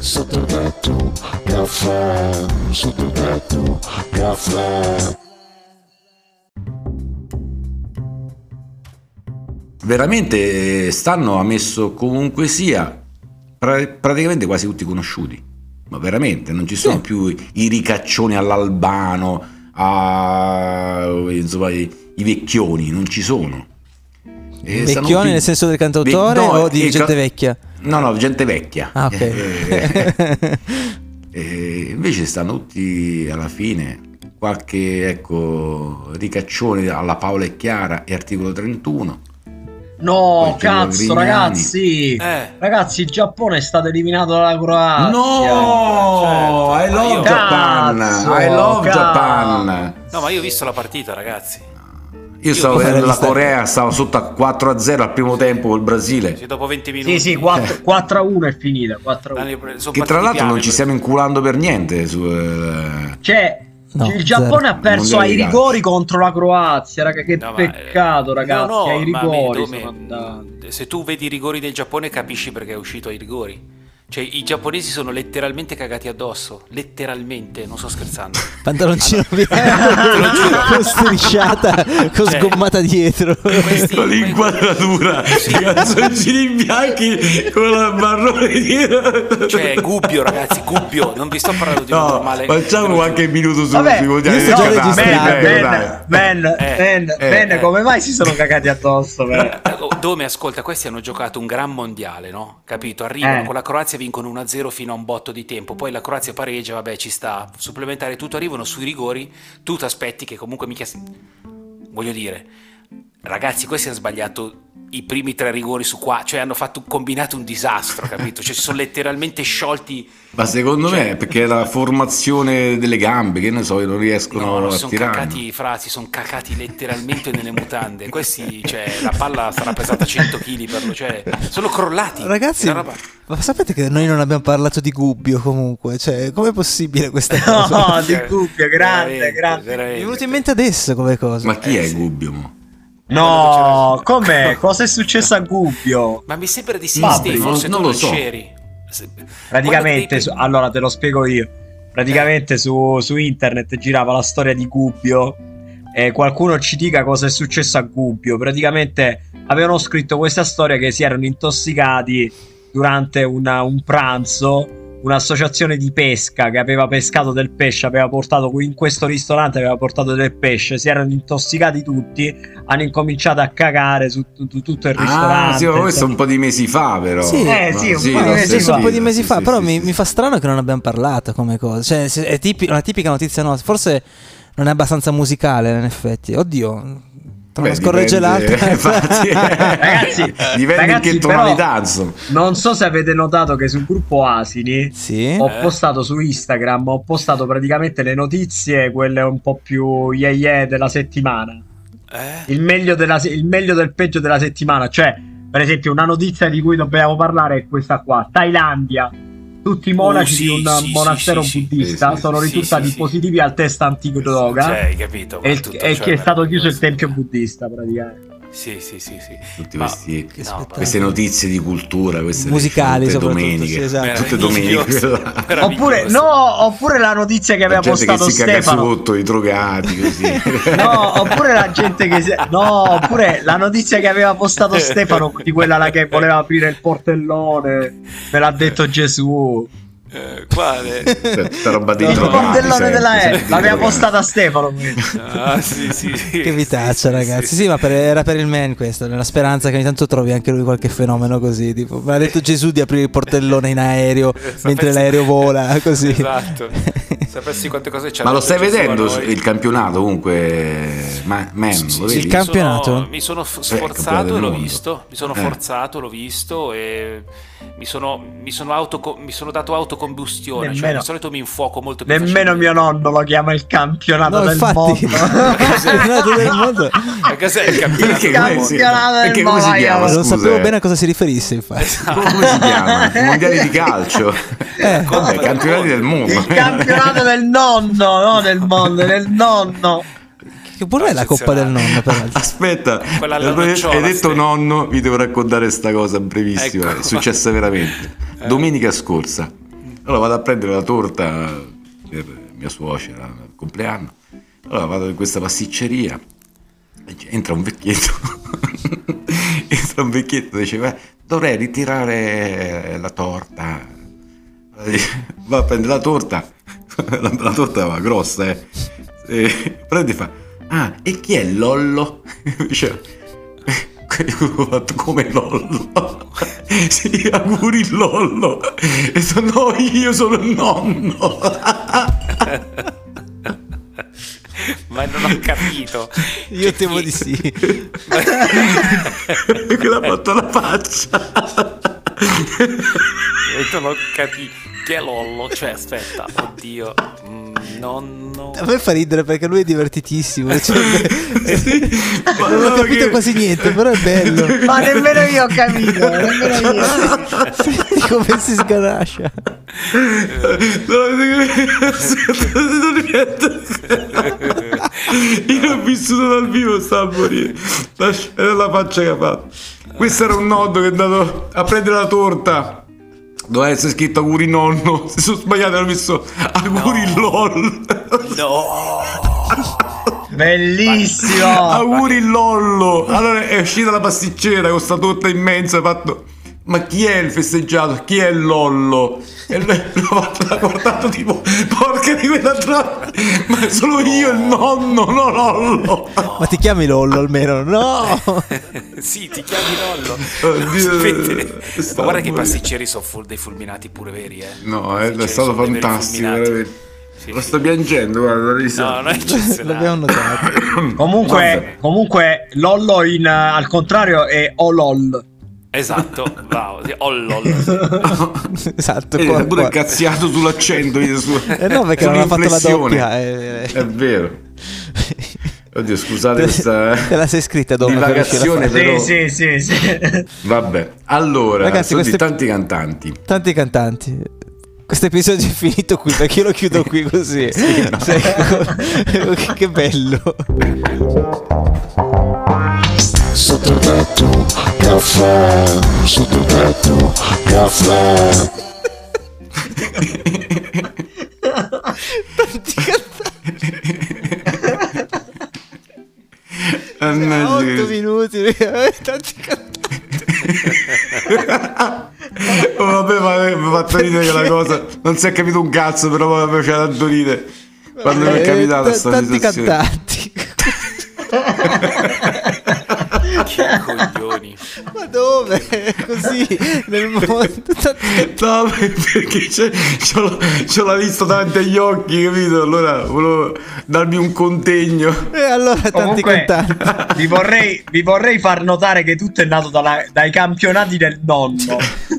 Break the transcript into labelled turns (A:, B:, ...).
A: Sottotetto, caffè, sottotetto, caffè.
B: Veramente eh, Stanno ha messo comunque sia pra- praticamente quasi tutti conosciuti. Ma veramente non ci sono
C: Sì.
B: più i- i ricaccioni all'albano, a, insomma, i, i vecchioni, non ci sono. E stanno
C: Vecchione
B: più-
C: nel senso del cantautore
B: Eh, Ve- no,
C: o
B: eh,
C: di
B: ca-
C: gente vecchia?
B: No, no, gente vecchia.
C: Ah, ok.
B: Eh, eh, invece stanno tutti alla fine. Qualche ecco, ricaccione alla Paola e Chiara e articolo 31.
D: No,
B: Poi Giulio
D: cazzo,
B: Grignani.
D: ragazzi.
E: Eh.
D: Ragazzi, il Giappone è stato eliminato dalla Croazia.
B: no,
E: certo.
B: I love
D: Cazzo,
B: Japan. I love
D: Ah, cazzo.
B: Japan.
E: No, ma io ho visto la partita, ragazzi.
B: Io stavo
C: mi
B: vedendo la
C: farei
B: Corea, stavo sotto a 4 a 0 al primo tempo col Brasile.
E: Sì, dopo 20 minuti.
D: Sì, sì, 4, 4 a 1 è finita. 4 a 1.
B: Che tra l'altro non ci stiamo inculando per niente. Su, eh,
D: Cioè,
C: No,
D: il Giappone
C: zero.
D: ha perso
B: Mondiale
D: ai
B: di
D: rigori contro la Croazia, raga, che
E: eh,
D: peccato, ragazzi, ai rigori sono andati.
E: se tu vedi i rigori del Giappone capisci perché è uscito ai rigori. Cioè, i giapponesi sono letteralmente cagati addosso, letteralmente, non sto scherzando.
C: Pantaloncino
E: lo
C: bianco
E: giuro.
C: con strisciata, con
B: Eh.
E: Cioè,
C: sgommata dietro.
E: Questi-
B: con l'inquadratura, i calzoncini bianchi con la marrone dietro.
E: Cioè, Gubbio, ragazzi, Gubbio, non vi sto parlando di un
B: No,
E: normale.
B: facciamo qualche minuto su
D: Vabbè,
B: sui
C: io
B: mondiali
C: sto
B: del
C: già
B: Qatar,
C: registrando.
B: dai,
C: Ben,
B: dai.
D: Ben, Ben,
E: Eh,
D: Ben,
B: eh,
D: Ben,
E: eh.
D: come mai si sono cagati addosso? Ben?
E: Oh, Dome, ascolta, questi hanno giocato un gran mondiale, no? Capito? Arrivano
D: Eh.
E: con la Croazia, vincono 1-0 fino a un botto di tempo, poi la Croazia pareggia, vabbè, ci sta, supplementare tutto, arrivano sui rigori, tu ti aspetti che comunque mi chiesi... Voglio dire, ragazzi, questi hanno sbagliato i primi tre rigori su qua, cioè hanno fatto, combinato un disastro, capito? Cioè si sono letteralmente sciolti...
B: Ma secondo me è perché è la formazione delle gambe, che ne so, che non riescono
E: no,
B: a
E: sono
B: tirare.
E: cacati fra, si sono cacati letteralmente nelle mutande. Questi, cioè, la palla sarà pesata 100 kg per loro, cioè, sono crollati.
C: Ragazzi,
E: Una roba-
C: ma sapete che noi non abbiamo parlato di Gubbio comunque? Cioè, com'è possibile questa cosa?
D: No, di Gubbio, grande,
E: Cioè, Veramente,
D: grande.
C: Mi
E: veramente.
C: è venuto in mente adesso come cosa.
B: Ma chi
E: Eh,
B: è
E: sì.
B: Gubbio? mo?
D: No, com'è? Cosa è successo a Gubbio?
E: Ma mi sembra di sì,
D: Vabbè,
E: Steve,
B: non-
E: forse
B: non
E: tu
B: lo
E: non
B: so.
E: c'eri. Se- Quando
D: Praticamente,
E: dei-
D: su- allora te lo spiego io. Praticamente su, su internet girava la storia di Gubbio e qualcuno ci dica cosa è successo a Gubbio. Praticamente avevano scritto questa storia che si erano intossicati durante una- un pranzo. Un'associazione di pesca che aveva pescato del pesce, aveva portato in questo ristorante, aveva portato del pesce, si erano intossicati tutti, hanno incominciato a cagare su, tu- tu- tutto il ristorante.
B: Ah, sì, ma questo è
D: insomma.
B: un po' di mesi fa, però.
C: Sì. Eh,
B: Ma
D: sì, un
C: Ma
D: po' di
B: l'ho
C: è
D: mesi
C: successo
D: fa.
C: un po' di
B: sentito,
C: mesi
B: sì,
C: fa,
B: sì,
C: però
B: sì,
C: mi,
B: sì.
C: mi fa strano che non abbiamo parlato come cosa. Cioè, se- è tipi- una tipica notizia nostra. Forse non è abbastanza musicale, in effetti. Oddio, tra
B: Beh,
C: una scorregge
B: dipende-
C: l'altra.
B: infatti,
D: Ragazzi,
B: dipende
D: ragazzi,
B: in che
D: però-
B: tonalità, insomma.
D: Non so se avete notato che sul gruppo Asini
C: Sì.
D: ho postato su Instagram, ho postato praticamente le notizie, quelle un po' più yeah yeah della settimana.
E: Eh?
D: Il meglio, della se- il meglio del peggio della settimana. Cioè, per esempio, una notizia di cui dobbiamo parlare è questa qua. Thailandia. Tutti i monaci
E: Oh, sì,
D: di un
E: sì, sì,
D: monastero
E: sì, sì.
D: buddista
B: Sì, sì,
D: sono
E: sì,
D: risultati
E: sì, sì.
D: positivi al test antidroga.
E: Cioè, hai capito? ma
D: e,
E: tutto cioè,
D: e
E: ciò
D: che è stato chiuso il
E: meraviglioso.
D: tempio buddista praticamente.
E: Sì, sì, sì, sì.
B: Tutti
E: Ma-
B: questi-
C: Che spettacolo.
B: Queste notizie di cultura, queste
C: Musicali
B: tutte
C: soprattutto,
B: domeniche.
C: sì, esatto.
B: Tutte
E: Meraviglioso,
B: domeniche.
E: meraviglioso.
D: Oppure, no, oppure la notizia che
B: La
D: aveva
B: gente che
D: postato
B: si caga
D: Stefano.
B: sotto, i drogati, così.
D: No, oppure la gente che si- No, oppure la notizia che aveva postato Stefano di quella là che voleva aprire il portellone. Me l'ha detto Gesù.
E: Eh, quale?
B: Tutta Cioè, roba dei
D: Il
B: drogati.
D: portellone
B: sempre,
D: della E.
B: sempre
D: L'aveva
B: drogati.
D: postata Stefano.
E: ah, sì, sì, sì.
C: Che vitaccia,
E: Sì, sì,
C: ragazzi. Sì,
E: sì.
C: ma per- era per il man questo, nella speranza che ogni tanto trovi anche lui qualche fenomeno così. Tipo, mi ha detto Gesù di aprire il portellone in aereo
E: Sapessi-
C: mentre l'aereo vola. Così.
E: Esatto. Sapessi quante cose c'è.
B: Ma lo stai vedendo il campionato comunque? Ma, man, lo
C: sì,
B: vedi?
C: il camp- campionato?
E: mi sono
B: Eh,
E: f-
B: campionato
E: sforzato
B: del
E: e l'ho
B: mondo.
E: visto. Mi sono
B: Eh.
E: forzato, l'ho visto e mi sono, mi sono, autoco- mi sono dato autocombustione. cioè,
D: Nemmeno-
E: di solito mi infuoco molto più
D: Nemmeno mio
E: facilmente.
D: nonno lo chiama il campionato
C: No,
D: del
C: infatti, il
D: mondo.
C: campionato del mondo.
E: Ma cos'è il campionato?
B: Perché
E: del
B: come
E: mondo?
B: si,
D: campionato del
B: perché come si
D: Malaia.
B: chiama?
D: Ma
C: non
B: scusa,
C: sapevo
B: eh?
C: bene a cosa si riferisse, infatti.
B: Come si chiama? I mondiali di calcio.
C: Eh.
B: Vabbè, campionati del mondo.
D: Il campionato del nonno, no del mondo, del nonno.
C: Che pure è la coppa del nonno, peraltro.
B: Aspetta,
E: Quella alla
B: hai
E: nocciola,
B: detto
E: sì.
B: nonno, vi devo raccontare questa cosa brevissima,
E: Ecco.
B: è successa veramente. Domenica scorsa, allora vado a prendere la torta per mia suocera al compleanno, allora vado in questa pasticceria, e c- entra un vecchietto, entra un vecchietto e dice, "Beh, dovrei ritirare la torta. Va a prendere la torta, la, la torta va grossa, eh. E prende e fa, ah, e chi è Lollo? Dice, quello che ho fatto come Lollo. Sì, auguri Lollo. E so, no, io sono il nonno.
E: Ma non ho capito.
C: Io
E: Cioè,
C: temo
E: chi-
C: di sì.
B: E quello ha fatto la faccia.
E: Non ho capito. Chi è Lollo? Cioè, aspetta, oddio. Mm, nonno.
C: A me fa ridere perché lui è divertitissimo. cioè,
B: Ma
C: non ho
B: no,
C: capito
B: che-
C: quasi niente, però è bello.
F: Ma nemmeno io ho capito, nemmeno io.
C: Senti come si sganascia.
B: non riesco. Io l'ho vissuto dal vivo, sta a morire. La, era la faccia che ha fatto. Questo era un nonno che è andato a prendere la torta. Doveva essere scritto auguri nonno. Se sono sbagliato, hanno messo auguri lol.
E: No! Oh,
D: Bellissimo.
B: auguri lollo. Allora è uscita la pasticcera con sta torta immensa. Ha fatto. Ma chi è il festeggiato? Chi è Lollo? E lui l'ha l'ha guardato tipo, porca di quella tra... Ma sono io il nonno, no Lollo!
C: Ma ti chiami Lollo almeno? No!
E: sì, ti chiami Lollo.
B: Oddio,
E: Sapete-
B: stavo
E: Ma guarda che i
B: morendo.
E: pasticceri sono full dei fulminati pure veri, eh.
B: No,
E: I
B: è,
E: pasticceri
B: stato
E: sono dei veri
B: fantastico,
E: fulminati.
B: veramente.
E: Sì,
B: Lo
E: sì.
B: sto piangendo, guarda, la risata.
E: No, non è
C: L'abbiamo
E: eccezionale.
C: notato.
D: Comunque, comunque, Lollo in, eh, al contrario è Olol.
E: Esatto, bravo. sì, Oh, Lollo.
C: Esatto,
B: Vedi,
C: qua,
B: è Eh, pure
C: qua.
B: cazziato sull'accento io, su-
C: Eh no, perché non ha fatto la
B: sull'inflessione.
C: doppia. eh, eh.
B: È vero. Oddio, scusate
C: Te-
B: questa eh,
C: te la sei scritta dopo per riuscire a
B: divagazione, però...
D: Sì, sì, sì, sì.
B: Vabbè, allora,
C: Ragazzi,
B: sono di
C: queste-
B: tanti cantanti.
C: Tanti cantanti. Questo episodio è finito qui perché io lo chiudo qui così. Cioè, co- che- che bello.
A: Sotto il tetto, caffè, sotto il tetto, caffè.
C: Tanti cantanti.
B: Mannaggia
C: 8
B: che-
C: minuti. eh, Tanti cantanti.
B: Oh, vabbè, ma mi ha fatto ridere quella cosa. Non si è capito un cazzo, però mi faceva tanto ridere. Quando mi è
C: Eh,
B: capitata
C: ta-
B: sta
C: Tanti
B: situazione.
C: cantanti.
E: Che coglioni.
C: Ma dove? Così nel mondo. Tanti
B: No, perché c'è, c'ho, la, c'ho la lista davanti agli occhi, capito? Allora volevo darmi un contegno.
C: E Eh, allora tanti
D: Comunque,
C: cantanti.
D: vi vorrei, vi vorrei far notare che tutto è nato dalla- dai campionati del nonno.